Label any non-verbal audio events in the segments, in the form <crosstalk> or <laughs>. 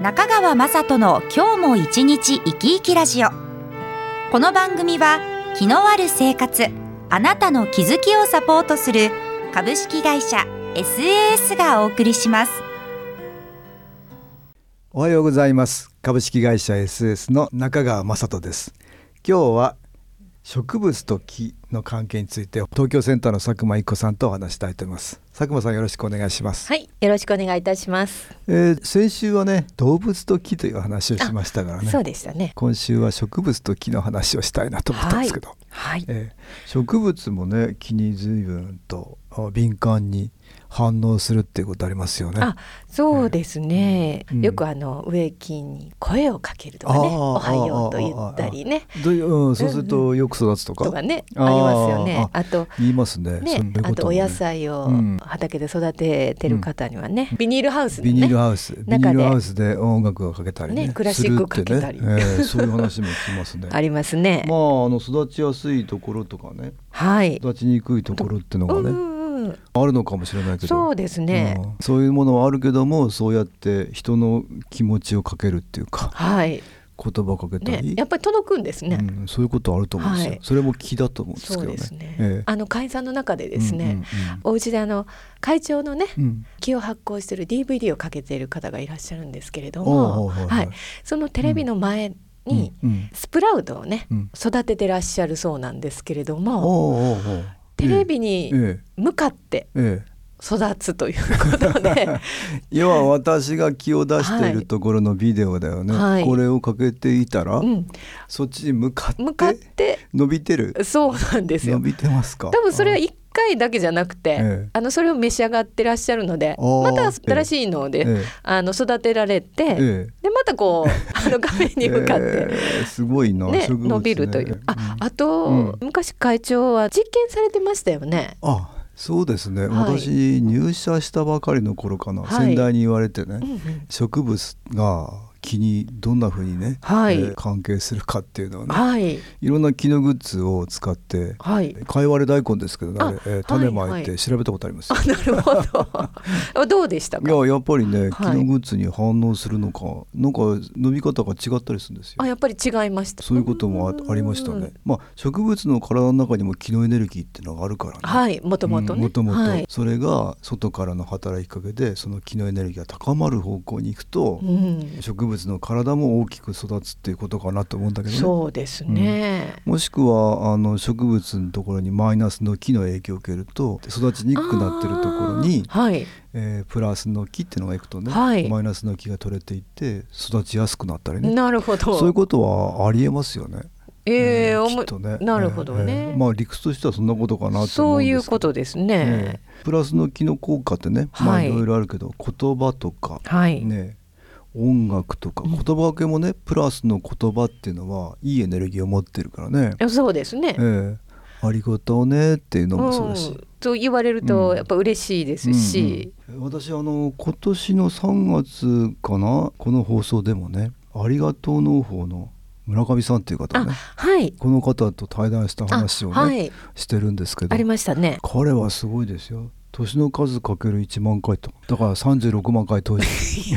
中川雅人の今日も一日生き生きラジオこの番組は気のある生活あなたの気づきをサポートする株式会社 SAS がお送りしますおはようございます株式会社 SS の中川雅人です今日は植物と木の関係について東京センターの佐久間一子さんとお話したいと思います佐久間さんよろしくお願いします、はい、よろしくお願いいたします。えー先週はね動物と木という話をしましたからねそうでしたね。今週は植物と木の話をしたいなと思ったんですけど、はい。えー植物もね木に随分とあ敏感に反応するっていうことありますよねあ、そうですね。うんよくあの植木に声をかけるとかね、あーおはようと言ったりね、どういううんそうするとよく育つとか、とかね、あーありますよね。ああと。言いますねねそんなこあとおもね野菜をうん畑で育ててる方にはね、ビニールハウスビにニーねルハウス、ビ中ニでールハウスで音楽がかけたりねねクラシックかけたりするってねえーそういう話も聞きますね <laughs> ありますね。まああの育ちやすいところとかねはい。育ちにくいところっていうのうがんね、うんうん。あるのかもしれないけどそうですね。うんそういうものはあるけどもそうやって人の気持ちをかけるっていうかはい。言葉かけたねり、、やっぱり届くんですね。うん、そういうことあると思うんですよ、はいそれも気だと思うんですけそどうねですね。ええあの会員さんの中でですね、うんうんうんお家であの会長のね、うん気を発行してる DVD をかけている方がいらっしゃるんですけれどおも、うはいはいははいい、そのテレビの前にうんうんスプラウトをね、うん育ててらっしゃるそうなんですけれども、おうおうおうテレビええにえ向かってえええ育つというこ <laughs> とで、要は私が気を出しているところのビデオだよね、はいこれをかけていたら、うん、そっちに向かって向かって伸びてるそうなんです伸よ。びてますか多分それは1回だけじゃなくて、ええあのそれを召し上がってらっしゃるのであーまた新しいので、ええあの育てられて、ええでまたこ <laughs> うあの画面に向かって、えーすごいな、ね、植物ね伸びるという。あ、あと、うん昔会長は実験されてましたよね。あそうですね、はい私入社したばかりの頃かな、はい先代に言われてね、うんうん植物が木にどんな風にね、はいえー関係するかっていうのはねはい、いろんな木のグッズを使って、はい。 <laughs> かいわれ大根ですけどねあれあえー種はいはまいいて調べたことありますよ、あ、なるほど。あどうでした <laughs> いか。ややっぱりね、はい木のグッズに反応するのかなんか伸び方が違ったりするんですよあ、やっぱり違いました。そういうこともあありましたね。まあ植物の体の中にも気のエネルギーっていうのがあるからね。はい、もともとうんね。もともとはい。それが外からの働きかけでその気のエネルギーが高まる方向に行くとう、ん、植物の体も大きく育つっていうことかなと思うんだけどね、そうですね。もしくはあの植物のところにマイナスの木の影響を受けると育ちにくくなってるところに、あーはい、えープラスの木っていうのがいくとね、はいマイナスの木が取れていって育ちやすくなったりねなるほど。そういうことはありえますよね。ええうんおきもっとね。なるほどえね。えまあ理屈としてはそんなことかなと思うんですけど。そういうことですねえ。えプラスの気の効果ってね、まあはいいろいろあるけど、言葉とかはい。ね、音楽とか言葉受けもね、プラスの言葉っていうのはいいエネルギーを持ってるからね。そうですね。ええありがとうねっていうのもそうだし。ん、そう言われるうとんやっぱ嬉しいですし、うんうん私あの今年の3月かなこの放送でもね「ありがとう農法」の村上さんっていう方あねはいこの方と対談した話をね、あはいしてるんですけどありましたね彼はすごいですよ年の数かける1万回とだから36万回投資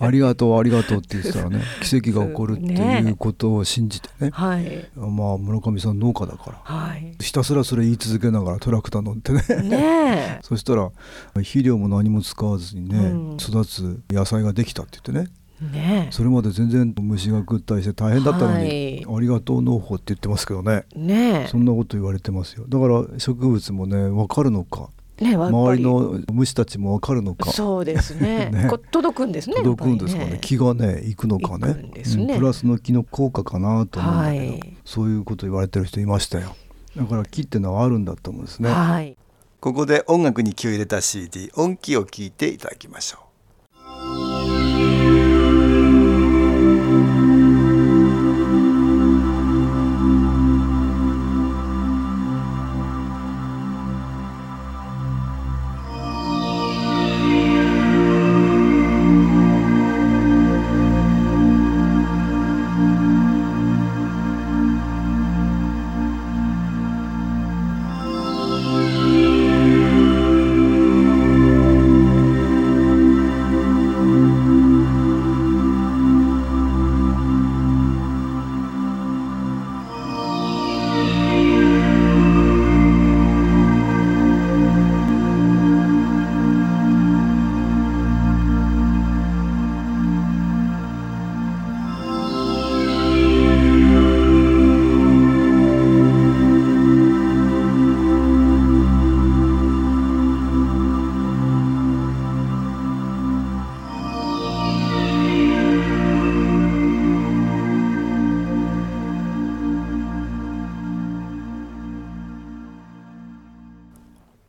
ありがとうありがとうって言ってたらね奇跡が起こるっていうことを信じてねはいまあ村上さん農家だからはいひたすらそれ言い続けながらトラクター乗ってねねそしたら肥料も何も使わずにね、うん育つ野菜ができたって言ってねえね <laughs> それまで全然虫が食ったりして大変だったのに、はありがとう農法って言ってますけどねえねそんなこと言われてますよだから植物もね分かるのかえねえやっぱり周りの虫たちも分かるのかそうですね <laughs> ねこ届くんですね届くんですかねやっぱり気がね行くのかね行くんですねうんプラスの気の効果かなと思うんだけど、はいそういうこと言われてる人いましたよだから木ってのはあるんだと思うんですねはいここで音楽に気を入れた CD 音気を聞いていただきましょう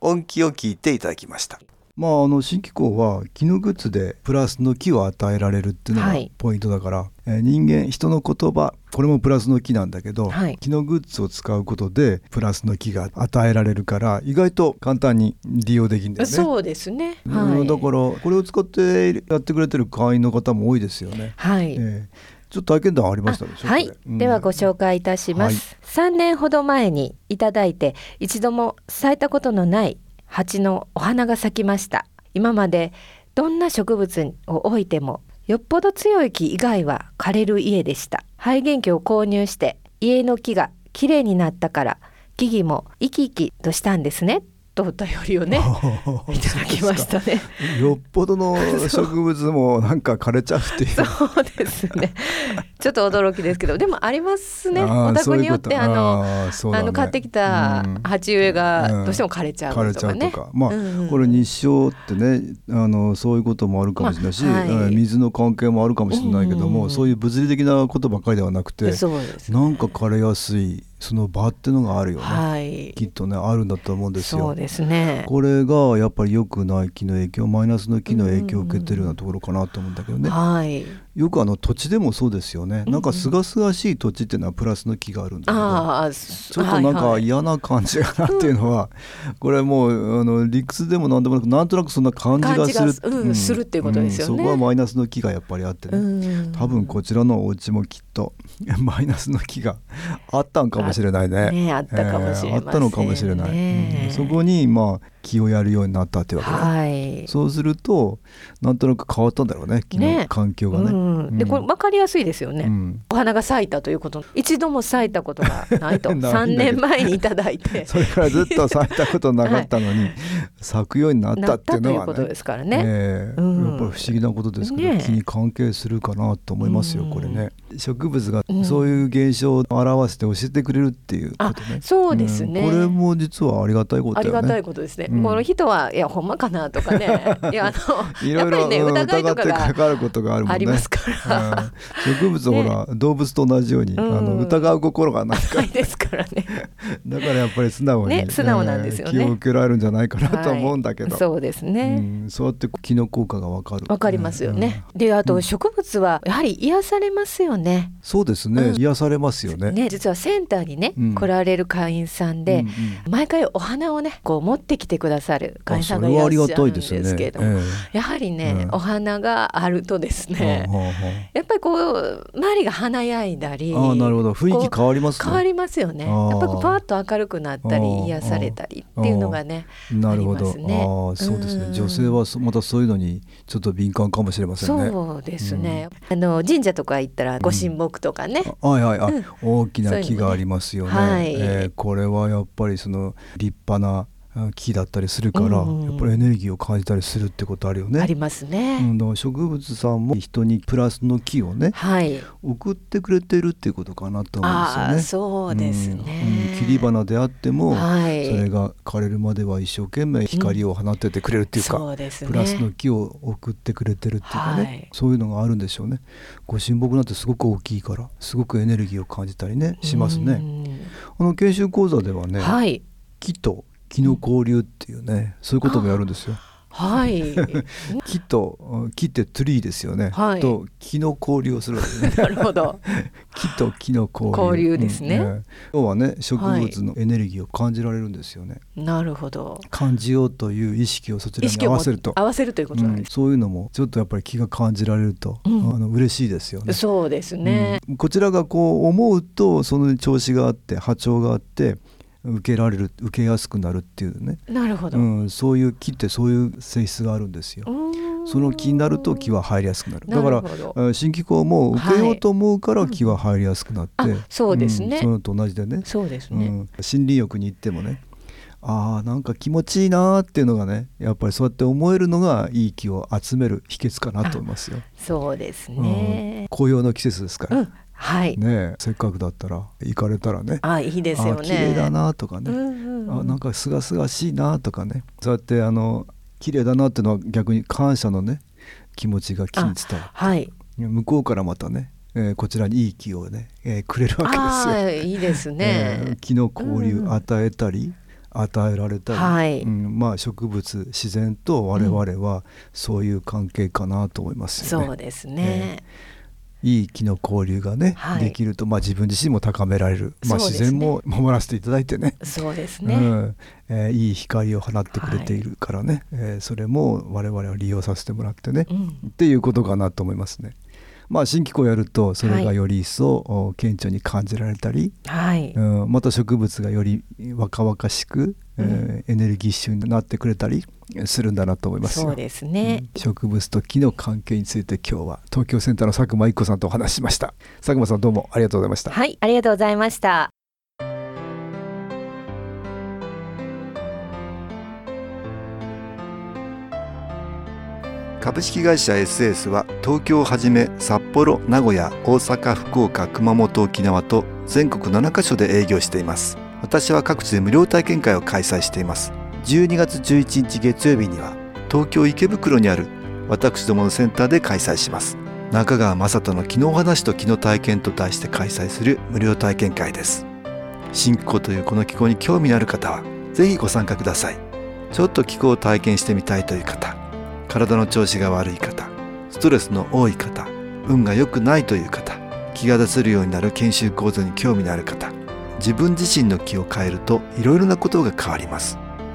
音気を聞いていただきました。まあ、あの新機構は木のグッズでプラスの木を与えられるっていうのがはいポイントだから、えー人間人の言葉これもプラスの木なんだけど、はい木のグッズを使うことでプラスの木が与えられるから意外と簡単に利用できるんだよね。そうですね。うんはい。だからこれを使ってやってくれてる会員の方も多いですよね。はい。ええちょっと体験談ありましたでしょ。はいこれ、うんではご紹介いたします、3年ほど前にいただいて一度も咲いたことのない鉢のお花が咲きました今までどんな植物を置いてもよっぽど強い木以外は枯れる家でした肺元器を購入して家の木がきれいになったから木々も生き生きとしたんですねとお便 <laughs> りをねいただきましたねよっぽど <laughs> の植物もなんか枯れちゃうっていう。そうですね。ちょっと驚きですけど、でもありますね。あーお宅によってそういあうことのあーそうだあねの買ってきたうん鉢植えうがんどうしても枯れちゃうと枯かれね。ちゃうとか、まあ、うんうんこれ日照ってねあのそういうこともあるかもしれないし、まあはいうん水の関係もあるかもしれないけども、うんそういう物理的なことばっかりではなくて、そうです。なんか枯れやすいその場ってのがあるよね、はい。きっとねあるんだと思うんですそよう。ですね。これがやっぱり良くない木の影響マイナスの木の影響を受けてるようなところかなと思うんだけどね、はい。よくあの土地でもそうですよね、なんか清々しい土地っていうのはプラスの木があるんだけどああ、ちょっとなんはかいはい嫌な感じかなっていうのは、これもうあの理屈でもなんでもなくなんとなくそんな感じがする感じがうんするっていうことですよねそこはマイナスの木がやっぱりあってね、うん多分こちらのお家もきっと <laughs> マイナスの木があったんかもしれないね。ねあったかもしれませんねあったのかもしれない、うんそこにまあ気をやるようになったってわけだ、はい。そうするとなんとなく変わったんだろうね木のね環境がね。うん、でこれ分かりやすいですよね、うんお花が咲いたということ一度も咲いたことがない <laughs> とないんだけど3年前にいただいて <laughs> それからずっと咲いたことなかったの <laughs> に、咲くようになったなっっていたうといのうはことねですからねね。えうんやっぱり不思議なことですけど、ねえ気に関係するかなと思いますよ、うんこれね植物がんそういう現象を表して教えてくれるっていうことね、そうですね。んこれも実はありがたいことあだりよがたねいことですね。うんこの人はいやほんまかなとか <laughs> ね。いやあのいろいろやっぱりねうん疑いとかが疑ってかかることがあるもんねありますから。うん植物はほら、動物と同じように、あのうん疑う心がない <laughs> かはいですからね。らだからやっぱり素直に、ね素直なんですよねえー気を受けられるんじゃないかなとはい思うん <laughs> だけど、そうですね。うん、そうやって気の効果がわかる。わかりますよね。で、あと植物はやはり癒されますよね。うん。そうですね。うん癒されますよね。ね、実はセンターにね、うん来られる会員さんうでん、毎回お花をね、こう持ってきてくださるうん会員さそんがいれはらあっりしゃがるたんいでですよね。すけれども、 <laughs> やはりね、うんお花があるとですええね、はあはやっぱりこう周りが華やいだり、あはああーなるほど。雰囲気変わりますね。変わりますよね。あーやっぱりこうパーッと明るくなったあーり癒されたりっていうのがね、なるほど。ありますねああそうですね。うん女性はそまたそういうのにちょっと敏感かもしれませんね。そうですね。あの神社とか行ったらご神木とかね、あはいはいあ、うん大きなそういうの木ねがありますよね。はいえーこれはやっぱりその立派なあ木だったりするから、うんやっぱりエネルギーを感じたりするってことあるよね。ありますね。うん、だから植物さんも人にプラスの木をねはい。送ってくれてるっていうことかなと思うんあーですよね。そうですね。うんうん切り花であっても、はいそれが枯れるまでは一生懸命光を放っててくれるっていうか、そうですね。プラスの木を送ってくれてるっていうかね、はいそういうのがあるんでしょうね。ご神木なんてすごく大きいからすごくエネルギーを感じたりねしますうね。んあの研修講座ではね、はい木と木の交流っていうねそういうこともやるんですよ。はい。 <laughs> 木とうん木ってトゥリーですよね、はいと木の交流をするわけねなるほど。木と木の交流交流ですねうん要はね植物のエネルギーを感じられるんですよね、なるほど。感じようという意識をそちら意に識合をわもせると合わせるということなんうでんす。そういうのもちょっとやっぱり気が感じられると、うんあの嬉しいですよねそうですね。うんこちらがこう思うとその調子があって波長があって受けられる受けやすくなるっていうね、なるほうど。ん、そういう木ってそういう性質があるんですよ、うんその気になると気は入りやすくなる。だからなるほどえー新機構も受けようと思うから気は入りやすくなって、はいうんあそうですねんそういうのと同じでね、そうですうん、ね。森林浴に行ってもね、ああなんか気持ちいいなーっていうのがね、やっぱりそうやって思えるのがいい気を集める秘訣かなと思いますよ。そうですうんね。紅葉の季節ですかうら、ん。はい。ねえせっかくだったら行かれたらね、あ、いいですあよーね。綺麗だ。なとかうね、んうん。あなんかすがすがしいなとかねそうやってあの綺麗だなっていうのは逆に感謝のね気持ちが気に伝わはい。る向こうからまたね、えーこちらにいい気をね、えーくれるわけですあよ。ー、いいですえーね。気の交流うん与えたり、与えられたり、はいうんまあ、植物自然と我々はそういう関係かなと思いますよね。そうですね。いい木の交流がね、はいできると、まあ、自分自身も高められる、まあ、そう自ですね然も守らせていただいてねそうですうね。んえーいい光を放ってくれているからね、えーそれも我々は利用させてもらってね、うん、っていうことかなと思いますね。まあ、新機構やるとそれがより一層、お顕著に感じられたり、はい、うん、また植物がより若々しく、えーエネルギッシュになってくれたりするんだなと思いますよそうですね。うん植物と木の関係について今日は東京センターの佐久間一子さんとお話ししました佐久間さんどうもありがとうございましたはい、ありがとうございました。株式会社 SS は東京をはじめ札幌名古屋大阪福岡熊本沖縄と全国7カ所で営業しています私は各地で無料体験会を開催しています12月11日月曜日には東京池袋にある私どものセンターで開催します中川雅人の「昨日話と昨日体験」と題して開催する無料体験会です新気候というこの気候に興味のある方はぜひご参加くださいちょっと気候を体験してみたいという方体の調子が悪い方ストレスの多い方運が良くないという方気が出せるようになる研修講座に興味のある方自分自身の気を変えるといろいろなことが変わります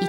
い